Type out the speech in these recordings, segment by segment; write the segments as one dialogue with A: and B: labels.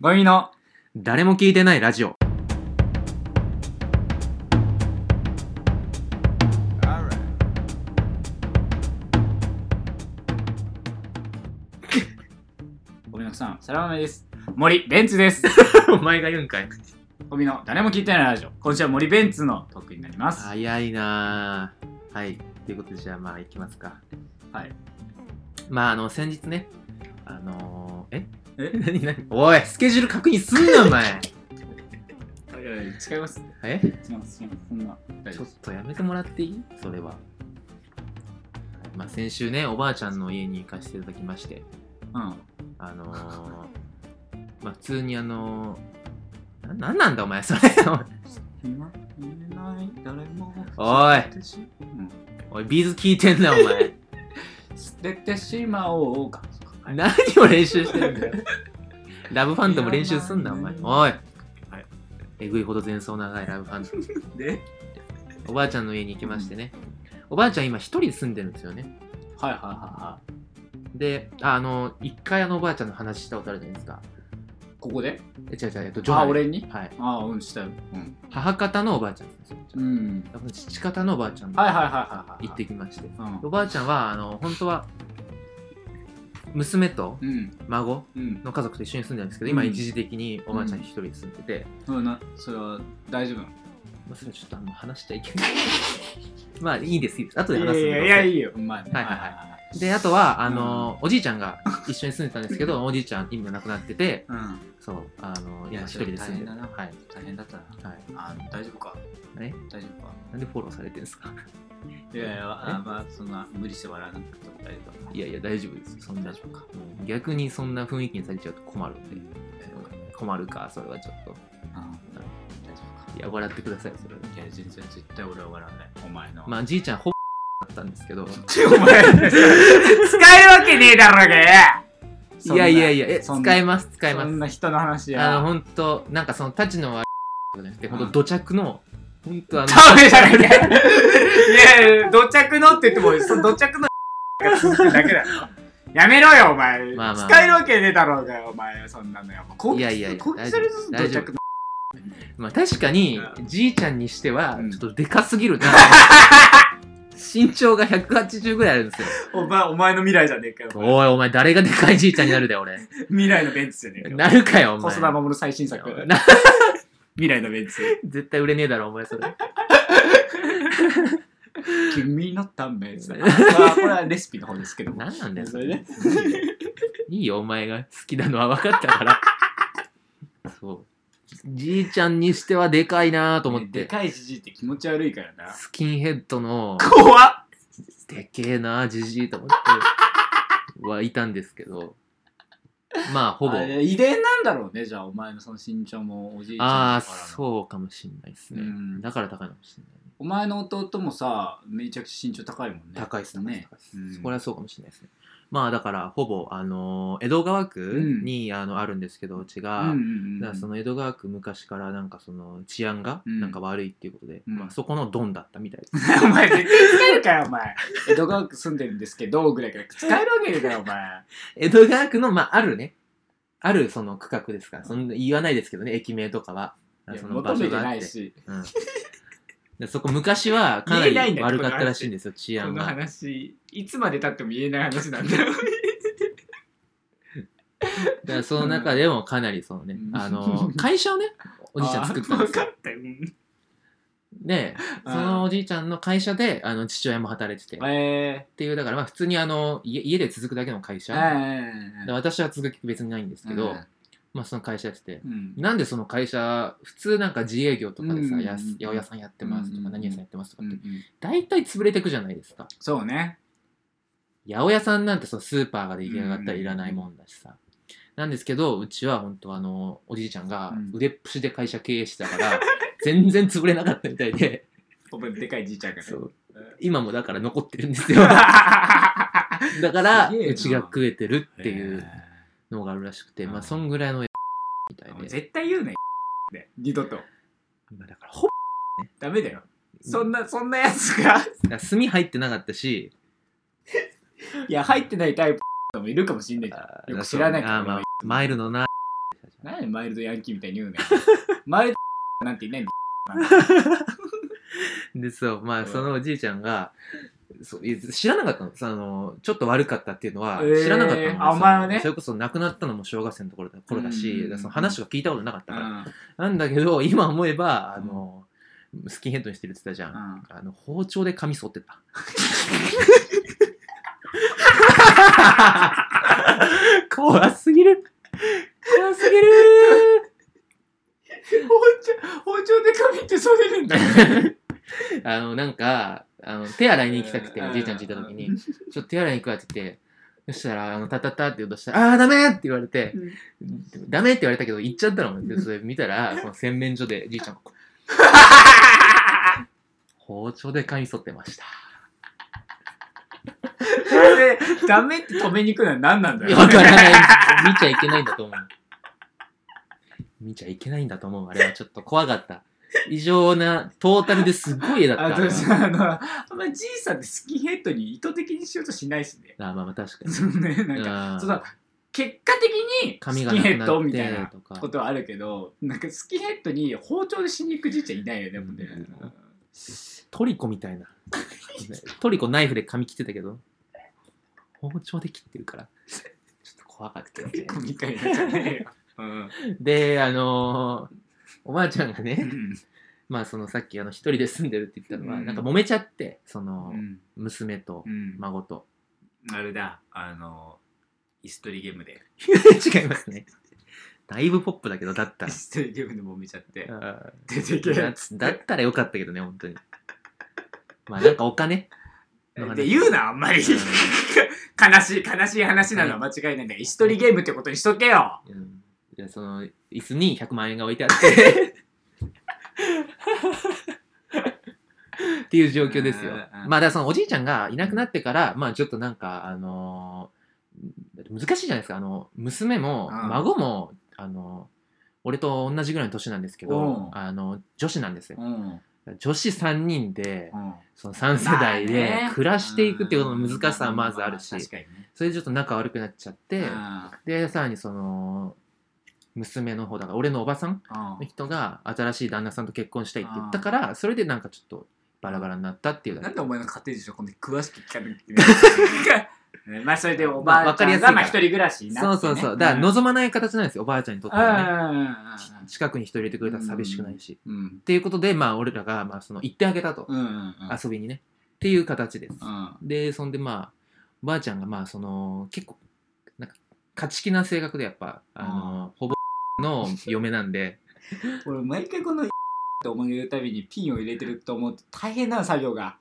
A: ゴミの
B: 誰も聞いてないラジオ。
A: ゴミのさん、サラマメです。森ベンツ です。
B: お前が言うんかい。
A: ゴミの誰も聞いてないラジオ。今週は森ベンツのトークになります。はい。
B: 早いなぁ。はい。ということで、じゃあまあ、いきますか。まあ、あの、先日ね、あのー、え
A: え
B: 何何おい、スケジュール確認すんな、お 前。
A: 違います。
B: え
A: 違います。違います。そんな。大
B: ち
A: 丈夫
B: ょっ
A: です
B: とやめてもらっていいそれは。まあ、先週ね、おばあちゃんの家に行かせていただきまして、
A: うん。
B: あのー、まあ、普通にあのー、な、なんなんだ、お前、それ。
A: 今いない誰も
B: おい、
A: 捨ててしうん
B: おい、ビーズ聞いてん な、お前。
A: 捨ててしまおうか。
B: 何を練習してるんだよ。ラブファントム練習すんな、お前。おい。
A: はい
B: えぐいほど前奏長いラブファ ントム。
A: で
B: おばあちゃんの家に行きましてね。おばあちゃん今一人で住んでるんですよね。
A: はいはいは
B: で、ああの、一回あのおばあちゃんの話したことあるじゃないですか。
A: いはい。ここで
B: え、違う違う、えっと、
A: あ、
B: 女
A: 俺に
B: はい。
A: ああ、うん、したよ。うん。
B: 母方のおばあちゃんですよ。
A: うん。
B: 父方のおばあちゃん
A: はいは
B: が
A: いはいはいはい。
B: 行ってきまして。
A: うん。
B: おばあちゃんは、あの、本当は、娘と
A: うん。
B: 孫
A: うん。
B: の家族と一緒に住んでるんですけど、今
A: うん
B: 一時的におばあちゃん一人で住んでて、
A: そうな、それは大丈夫
B: まあ、それちょっとあんま話しちゃいけない まあいいですいいです後で
A: い
B: 話
A: や
B: すんで
A: いやいや、いいよ。うまいね。
B: はいはいであとはあのーおじいちゃんが一緒に住んでたんですけど おじいちゃん今亡くなってて
A: い。うん。
B: そうあのー
A: いや
B: 今一人で住ん
A: それ大変
B: で
A: だな
B: はい
A: 大変だったな。
B: はい
A: あの大丈夫か
B: え
A: 大丈夫か
B: なんでフォローされてるんですか
A: いやいや、あまあ、そんな無理して笑わなくても大丈夫
B: いやいや大丈夫ですそんな
A: 大丈夫か。
B: うん逆にそんな雰囲気にされちゃうと困るんで、
A: 大丈夫か。
B: 困るかそれはちょっと
A: 大丈夫か。
B: いや笑ってくださいそれはい
A: や、全然絶対俺は笑わない。お前の。
B: まあじいちゃんほぼだったんですけ ど
A: お前、使えるわけねえだろうが
B: いやいやいやえ使え
A: ま
B: ます使えま
A: そん
B: す
A: な人の話
B: あ
A: や。
B: の本当なんかそのたちの悪いとかじゃなくて本当土着の本当あの
A: ダメじゃなくて。いやいや、土着のって言っ ても、その土着の が続くだけだろ。やめろよ、お前。
B: まあまあ
A: 使えるわけねえだろうがよ、お前。そんなのや。こ
B: いやいやいや
A: こっちそれぞれ
B: 大
A: 土
B: 丈夫
A: 着の。
B: まあ確かに
A: う
B: じいちゃんにしては
A: うん
B: ちょっとでかす ぎるな、身長が180ぐらいあるんですよ
A: お前、お前の未来じゃねえかよ。お前
B: おいお前誰がでかいじいちゃんになるだよ俺
A: 未来のベンツじゃねえかよ。
B: なるかよお前
A: 細田守の最新作。
B: な
A: 未来のベンツ。
B: 絶対売れねえだろお前それ
A: 君のため です。まあ、これはレシピの方ですけども。
B: 何なんだよ
A: それね。
B: いいよお前が好きなのは分かったからそうじいちゃんにしてはでかいなと思っ
A: で
B: て
A: かいじじいって気持ち悪いからな。
B: スキンヘッドの
A: 怖っ
B: でけえなじじいと思ってはいたんですけどまあほぼ
A: あれ遺伝なんだろうね、じゃあ、お前のその身長もおじいち
B: あ
A: ゃ
B: あ
A: んだからの。
B: そうかもしんないですね、
A: うん
B: だから高いのかもしんない、
A: お前の弟もさ、めちゃくちゃ身長高いもんね。
B: 高いっすね
A: ね。
B: 高いっす
A: うん
B: これはそうかもしんないですねまあだからほぼあのー江戸川区に、あのあるんですけどうち
A: う
B: が、
A: んうんうん。
B: だからその江戸川区昔からなんかその治安が
A: うん
B: なんか悪いっていうことで、
A: うん
B: まあ、そこのドンだったみたいです、
A: お前絶対使えるかよ、お前。江戸川区住んでるんですけど、ぐらいから使えるわけねえだよ、お 前。
B: 江戸川区のまああるねあるその区画ですからその言わないですけどね駅名とかはその
A: 求めてないし。
B: うんでそこ昔はかな
A: 言えないん
B: り
A: だ
B: 悪かったらしいんですよ
A: こ
B: 治安
A: の
B: が
A: 話、いつまでたっても言えない話なんだ よ。
B: だからその中でもかなりそのね、
A: うん
B: あの 会社をねおじいちゃん作ったんです
A: あ分か
B: よ
A: ったよ。うん
B: でそのおじいちゃんの会社であの父親も働いててっ
A: え
B: ていうだからまあ普通にあの家家で続くだけの会
A: ー、
B: 社、
A: え
B: で私は続き別にないんです
A: ー、
B: けど、
A: うん
B: まあその会社やってて
A: うん
B: なんでその会社普通なんか自営業とかでさ、
A: うん
B: やす八百屋さんやってますと
A: うん
B: か何屋さんやってますと
A: うん
B: かっ
A: う
B: て、
A: ん
B: 大体潰れてくじゃないですか
A: そうね。
B: 八百屋さんなんてそのスーパーが出来上がったらいらないもんだしさ、なんですけどうちは本当あのおじいちゃんが
A: うん
B: 腕っぷしで会社経営してたから、全然潰れなかったみたいで
A: お前でかいじいちゃんがね。
B: そう
A: うん
B: 今もだから残ってるん ですよだから
A: すげえな
B: うちが食えてるってい
A: え
B: うのがあるらしくて、
A: うん
B: まあそんぐらいのみたい
A: ー
B: で
A: 絶対言うね。で二度と。
B: まあだからほぼ
A: ダメだよ。そんな、そんなやつ が。
B: だから炭入ってなかったし
A: いや、入ってないタイプのもいるかもしんないじゃん。よく知らない
B: あーまあマイルドな
A: 何マイルドヤンキーみたいに言 うねんマイルドなんていないんだ
B: でそうま
A: うん
B: あそのおじいちゃんがそういや知らなかったのそのちょっと悪かったっていうのは
A: えー
B: 知らなかったの、
A: あお前はね
B: そのそれこそ亡くなったのも小学生のところだ頃だし、
A: うんうんうん
B: だからその話が聞いたことなか ったから、
A: うん
B: なんだけど今思えばあの、スキンヘッドにしてるって言ったじゃん、
A: うん
B: あの包丁で髪剃って た怖すぎる怖すぎる
A: 包丁包丁で髪ってそう出るんだ
B: あの、なんか、あの手洗いに行きたくて、
A: うん
B: おじいちゃんち行った時に、ちょっと手洗いに行くわって言って、そしたら、あの、タタタって言うとしたら、あーダメって言われて、ダメって言われたけど、行っちゃったの。で、それ見たら、この洗面所で、じいちゃんがこう、包丁で髪剃って ました。
A: それでダメって止めに行くのは何なんだ
B: いや
A: よ
B: わからない。見ちゃいけないんだと思う。見ちゃいけないんだと思う。あれはちょっと怖かった。異常な、トータルですごい絵だった。
A: あ
B: あ
A: と
B: れは
A: さあのあんまじいさんってスキンヘッドに意図的にしようとしないしね
B: あーまあまあ確かに。
A: そのね なんか
B: あー
A: その結果的に
B: 髪
A: ス
B: が
A: キン
B: な
A: ヘ
B: く
A: ッドみたい
B: なって
A: な
B: とか
A: こ。とはあるけどなんかスキンヘッドに包丁でしに行くじいちゃんいないよねもうね
B: うんトリコみたいな トリコナイフで髪切ってたけど包丁で切ってるからちょっと怖かったよ ね
A: 結構みたいなじゃねえようん
B: であのーおばあちゃんが
A: う
B: ね
A: ん
B: まあそのさっきあの一人で住んでるって言ったのは、
A: うん
B: なんか揉めちゃってそうの
A: ん
B: 娘と
A: うん
B: 孫と
A: あれだあのイストリゲームで
B: 違いますねだいぶポップだけどだった
A: イ
B: ら
A: ストリゲームでもめちゃって
B: あ
A: 出てけ
B: ー
A: っ
B: だ
A: つっ
B: だ
A: て
B: ったらよかったけどね本当にまあなんかお金の話
A: で言うなあんまり
B: うん
A: 悲しい悲しい話なのは間違いないんだイストリゲームってことにしとけよ
B: うんいやその椅子に100万円が置いてあ ってっていう状況ですよ。
A: うんうんうん
B: まあだからそのおじいちゃんがいなくなってから、まあちょっとなんかあのー難しいじゃないですかあの娘も
A: うん
B: 孫も、あの俺と同じぐらいの年なんですけ
A: うん
B: ど、あの女子なんですよ。
A: ん
B: 女子3人で
A: うん
B: その3世代
A: まあ
B: で
A: ね
B: 暮らしていくっていうことの難しさはまずあるし、
A: うん確かにね
B: それでちょっと仲悪くなっちゃって。
A: うん
B: でさらにその娘の方だから俺のおばさん
A: うん
B: の人が新しい旦那さんと結婚したいって言ったからそれでなんかちょっとバラバラになったっていう
A: な
B: だ
A: ん
B: け
A: でお前の家庭事情こんな詳しく聞かなきゃいけないのねまあそれでおばあちゃんがまあ一人暮らしにな
B: そう
A: って、
B: そ
A: ね、
B: うそうだから望まない形なんですよおばあちゃんにとってはね
A: う
B: 近くに人入れてくれたら寂しくないし
A: ん
B: っ
A: うんうん
B: ていうことでまあ俺らがまあその行ってあげたと
A: うんうんうんうん
B: 遊びにねっていう形です
A: うん
B: でそんでまあおばあちゃんがまあその結構なんか勝ち気な性格でやっぱあのほぼの嫁なんで
A: 俺毎回このって思い出るたびにピンを入れてると思うと大変な作業が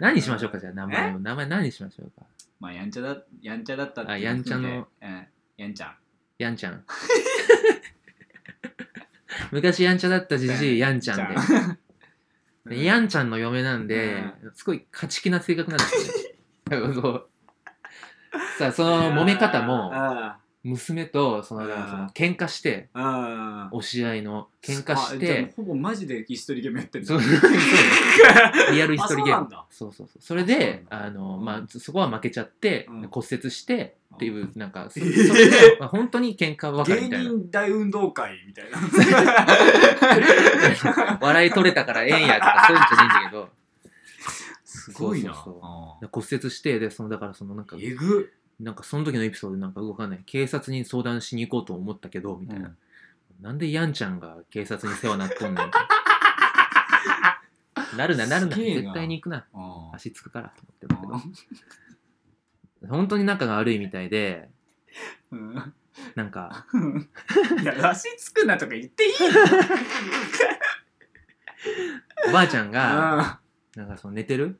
B: 何にしましょうかじゃあ名前を名前何にしましょうか
A: まあやんちゃだやんちゃだったって
B: あやんちゃの
A: いうことでうんやんちゃん
B: やんちゃ ん昔やんちゃだったじじいやんちゃんででや
A: ん
B: んちゃんの嫁なんで、すごい勝ち気な性格なんですよ ねそうさあその揉め方も
A: あ
B: 娘とその
A: うん
B: だからその喧嘩して
A: あああ
B: 押し合いの喧嘩し
A: あじゃあもう
B: て
A: ほぼマジで椅子取りゲームやってんだ
B: そうそうリアル一人ゲ
A: あそう
B: ー
A: なん
B: ム
A: だ
B: そうそうそうそ
A: あ
B: れ
A: そう
B: で
A: なんだ
B: あの、
A: うん
B: まあ、そこは負けちゃって、
A: うん
B: 骨折してっていうなんかそ
A: え
B: そ
A: ー
B: れで、まあ、本当に喧嘩別れ
A: 芸
B: みたいな
A: 人大運動会みたいな
B: 笑い取れたからええんやとかそういうんじゃないんだけど
A: すごいな
B: そうそう骨折してでそのだからそのなんか
A: うんえぐ
B: なんかその時のエピソードなんか動かない警察に相談しに行こうと思ったけどみたいな、なんでやんちゃんが警察に世話なっとんね んなるななるな
A: すげえな
B: 絶対に行くな
A: あ
B: 足つくからと思ってたけど本当に仲が悪いみたいで
A: うん
B: なんか
A: いや足つくなとか言っていい
B: おばあちゃんが
A: あ
B: なんかその寝てる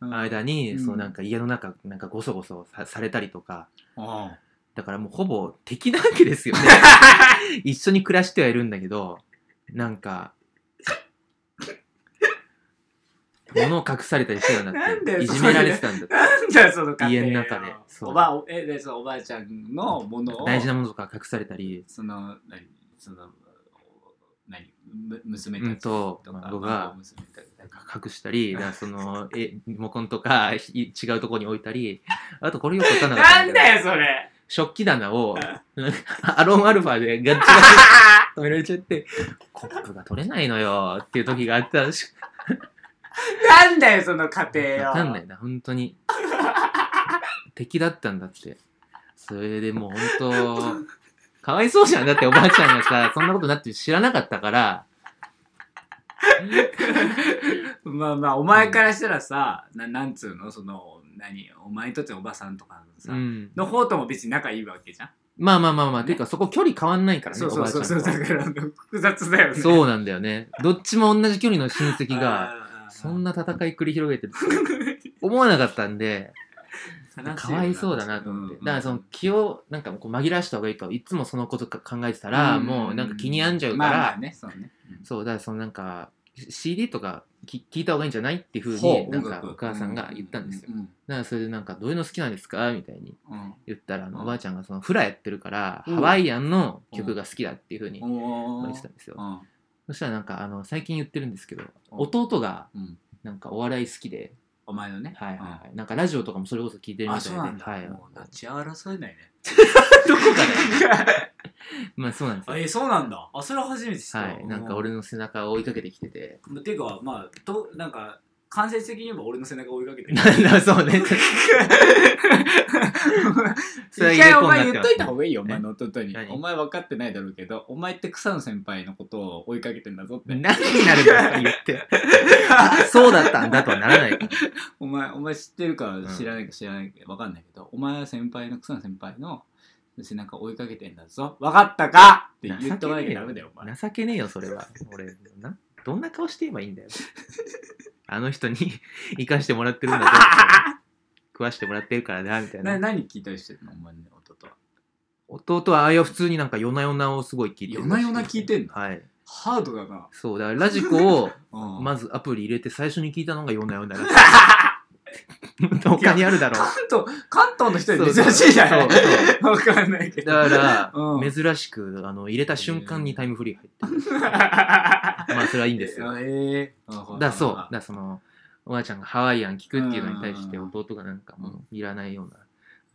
B: 間に、
A: うん
B: そうなんか家の中なんかごそごそさされたりとか
A: あ
B: だからもうほぼ敵なわけですよ ね一緒に暮らしてはいるんだけどなんか物を隠されたりしてたんだ
A: なん
B: っ
A: だよ
B: ていじめられてたんだって
A: なんだよその家庭
B: 家の中でそう
A: おばあおえでそのおばあちゃんのものを
B: 大事なものとか隠されたり
A: その何その何む娘
B: うん
A: たち
B: と
A: とか孫
B: 孫が
A: 娘たちとか
B: 隠したりだからそのえリモコンとかい違うところに置いたりあとこれよくわかんなかった
A: なん
B: だ
A: だよそれ
B: 食器棚を、なんかアロンアルファでガッチガチに止められちゃって、コップが取れないのよっていう時があったらしく
A: なんだよ、その家庭よ。
B: わかんないな、本当に。敵だったんだって。それでもう本当、かわいそうじゃん。だっておばあちゃんがさ、そんなことになってる知らなかっ たから、
A: まあまあ、お前からしたらさ、ななんつうの、その、何、お前にとってのおばさんとかのさ、
B: うん。
A: の方とも別に仲いいわけじゃん。
B: まあまあまあまあ、
A: ね
B: ていうかそこ距離変わんないからね、
A: そう
B: お
A: そ
B: ば
A: う
B: あちゃ
A: そ
B: ん
A: う
B: と
A: そう、だからあの複雑だよね。
B: そうなんだよね。どっちも同じ距離の親戚が、
A: が
B: そんな戦い繰り広げてると思わなかったんで、かわいそうだなと思って。だからその気をなんかこう紛らわした方がいいといつもそのことか考えてたら、もうなんか気に病んじゃうから、
A: まあまあね、そうね。うん
B: そうだからそのなんか CD とかき聞いた方がいいんじゃないっていうふう
A: ほ
B: に
A: う
B: なん
A: 音
B: か
A: 楽
B: お母さんが言ったんですよ、
A: ううん
B: だからそれでなんか「どういうの好きなんですか?」みたいに
A: うん
B: 言ったらあの
A: うん
B: おばあちゃんがそのフラやってるから
A: うん
B: ハワイアンの曲が好きだっていうふうに
A: お
B: 言
A: ー
B: ってたんですよ
A: うん
B: そしたらなんかあの最近言ってるんですけど弟が
A: うん
B: なんかお笑い好きで
A: お前のね。
B: はいはいはいなんかラジオとかもそれこそ聞いて
A: うん
B: るみ
A: あ、
B: た
A: そ
B: いうで
A: なんだ。
B: はい
A: もう立ち争えないね。
B: どこかでまあそうなんです よ
A: え、そうなんだ。あ、それは初めて知ったわ。
B: はいなんか俺の背中を追いかけてきてて
A: うん。てか、まあ、と、なんか、間接的に言えば俺の背中を追いかけてる。
B: なんだ そ うね
A: 一回お前言っといた方がいいよ、お
B: え
A: 前の弟に。
B: 何
A: お前分かってないだろうけど、お前って草野先輩のことを追いかけてんだぞ って。
B: 何になるんだって言って。 そうだったんだとはならないから。
A: お前、お前知ってるか知らないか知らないか分かんないけど、お前は先輩の草野先輩の背中を追いかけてんだぞ。分かったかって言っとかなきゃダメだよ、お前。
B: 情けねえよ、それ は。俺、な、どんな顔して言えばいいんだよ。あの人に 生かしてもらってるんだ ぞ。食わしてもらってるからな、みたい
A: な
B: な。
A: 何聞いたりしてるのお前の弟は。
B: 弟はああいう普通になんか夜な夜なをすごい聞いてるらし。
A: 夜な夜な聞いてんの
B: はい。
A: ハードだな。
B: そう、だからラジコ を
A: うん
B: まずアプリ入れて最初に聞いたのが夜な夜な らしい。
A: いや
B: 他にあるだろう。
A: 関東、関東の人に珍しいじゃない
B: そう そう
A: わかんないけど。
B: だか
A: うん
B: ら、珍しく、あの、入れた瞬間にタイムフリー入っ てる。まあ、それはいいんですよ。
A: あえー
B: だそう。だ
A: あ
B: からその、おばあちゃんがハワイアン聞くっていうのに対して、
A: うん
B: 弟がなんかもういらないようなの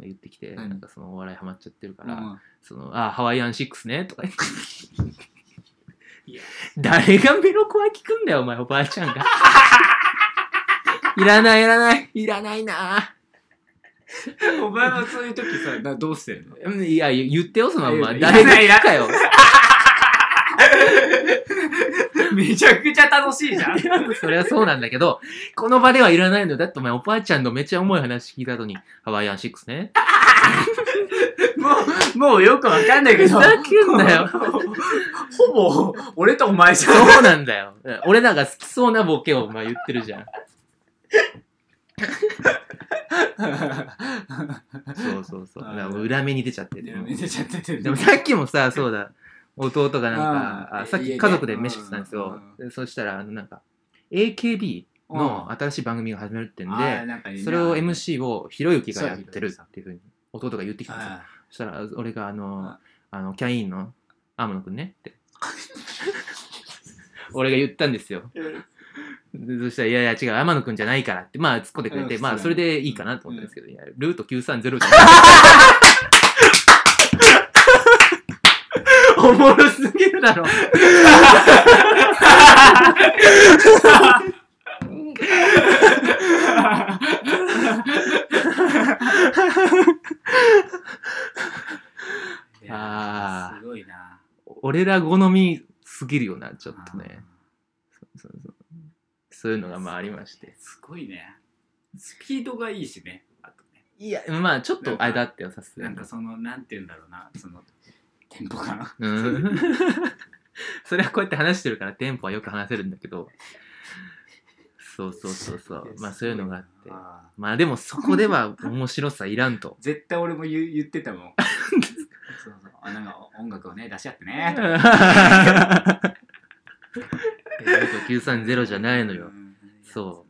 B: 言ってきて、
A: うん
B: なんかそのお笑いハマっちゃってるか
A: う
B: ら、
A: ん
B: その、あ、ハワイアンシックスね、とか言って。
A: いや
B: 誰がメロコア聞くんだよ、お前、おばあちゃんが。いらない、いらない、いらないな
A: お前はそういう時さ、などうして るの
B: うんいや、言ってよ、そのまん
A: い
B: ま。
A: やいや
B: 誰が聞くかよ。
A: めちゃくちゃ楽しいじゃん。
B: それはそうなんだけど、この場ではいらないのよだってお前、おばあちゃんのめっちゃ重い話聞いた後に、ハワイアンシックスね。
A: もう、もうよくわかんないけど。
B: ふざけんなよ
A: ほぼ、俺とお前じゃん。
B: そうなんだ よ。俺なんか好きそうなボケをまあ言ってるじゃん。そうそうそう。だからもう裏目に出ちゃってて。
A: めちゃちゃって
B: でもさっきもさ、そうだ、弟がなん
A: うん
B: か、あさっ
A: いいね
B: き家族で飯食ってたんですよ。でそしたら、あのなんか、AKB の新しい番組が始まるってん
A: あー
B: で、
A: なんかいいな
B: それを MC をひろゆきがやってるっていうふうに弟が言ってきたんですよ。
A: あ
B: そしたら、俺があ
A: う
B: の
A: ん、
B: あの、キャインの天野くんね って。俺が言ったんですよ。
A: ー
B: でそしたら、いやいや違う、天野くんじゃないからって、まあ、突っ込んでくれ
A: う
B: て、
A: ん
B: まあ、
A: そ
B: そう
A: だね
B: れでいいかなと思ったんですけど、いや、ルート930じゃない おもろすぎるだろ。
A: いやーすごいな。
B: 俺ら好みすぎるよな、ちょっとね。そうそうそういうのがまあありまして。
A: すごいね。スピードがいいしね。あとね。
B: いや、まあ、ちょっとあれだってよ、さすが
A: なん
B: に
A: か。その、なんて言うんだろうな。その、テンポ感。
B: うん それはこうやって話してるからテンポはよく話せるんだけどそうそうそうそうまあそういうのがあって
A: あー
B: まあでもそこでは面白さいらんと
A: 絶対俺も言う言ってたもん。そうそう。あなんか音楽をね、出し合ってね。
B: 930じゃないのよ
A: うん。
B: そ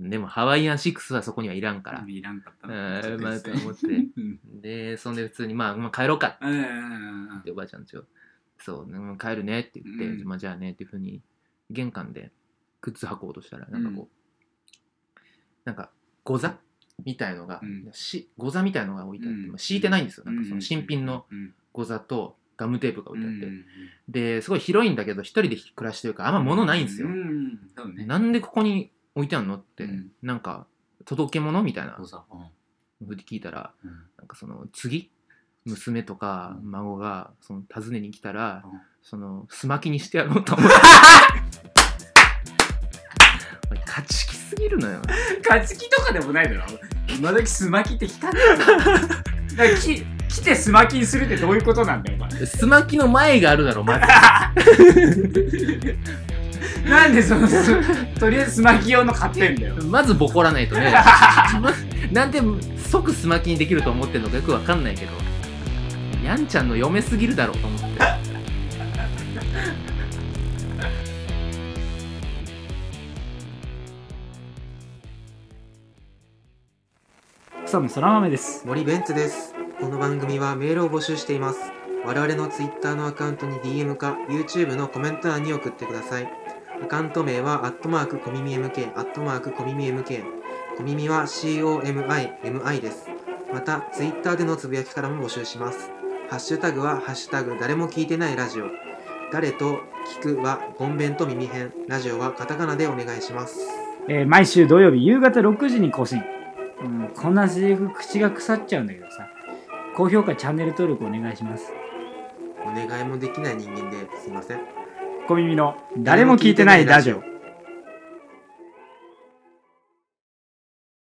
A: うん。
B: でもハワイアン6はそこにはいらんから
A: いらんかった
B: う
A: な。
B: んまあと思って
A: うん
B: でそんで普通に、まあ、まあ帰ろうか
A: うんうんうんうん
B: っておばあちゃんちをそううん帰るねって言って、
A: うん
B: まあじゃあねっていうふうに玄関で靴履こうとしたらなんかこう、なんかござみたいのが、
A: うん
B: しござみたいのが置いてあって、
A: うん
B: まあ敷いてないんですよ、なんかその新品の
A: うん
B: ござとガムテープが置いてあって、
A: うん
B: ですごい広いんだけど一人で暮らしてるからあんま物ないんですよ、
A: うんそうね
B: なんでここに置いてあんのって、
A: うん
B: なんか届け物みたいな
A: そうさうん
B: ふうに聞いたら
A: うん
B: なんかその次娘とか
A: うん
B: 孫がその訪ねに来たら、
A: うん
B: そのすまきにしてやろう と思っておい勝ち気すぎるのよ
A: 勝ち気とかでもないだろ今時すまきって聞かないだろだからき来てすまきにするってどういうことなんだよお前
B: すまきの前があるだろまず
A: なんでその すとりあえずすまき用の買ってんだよ
B: まずボコらないとね なんで即すまきにできると思ってるのかよくわかんないけどやんちゃんの嫁すぎるだろうと思って
A: 草野そら豆です
C: 森ベンツですこの番組はメールを募集しています我々の Twitter のアカウントに DM か YouTube のコメント欄に送ってくださいアカウント名はアットマークコミミ MK アットマークコミミ MK コミミは COMIMI ですまた Twitter でのつぶやきからも募集しますハッシュタグはハッシュタグ誰も聞いてないラジオ誰と聞くはゴンベンと耳編ラジオはカタカナでお願いします
D: えー毎週土曜日夕方6時に更新、うん、こんなセリフ口が腐っちゃうんだけどさ高評価チャンネル登録お願いします
C: お願いもできない人間ですいません
D: 小耳の誰も聞いてないラジオ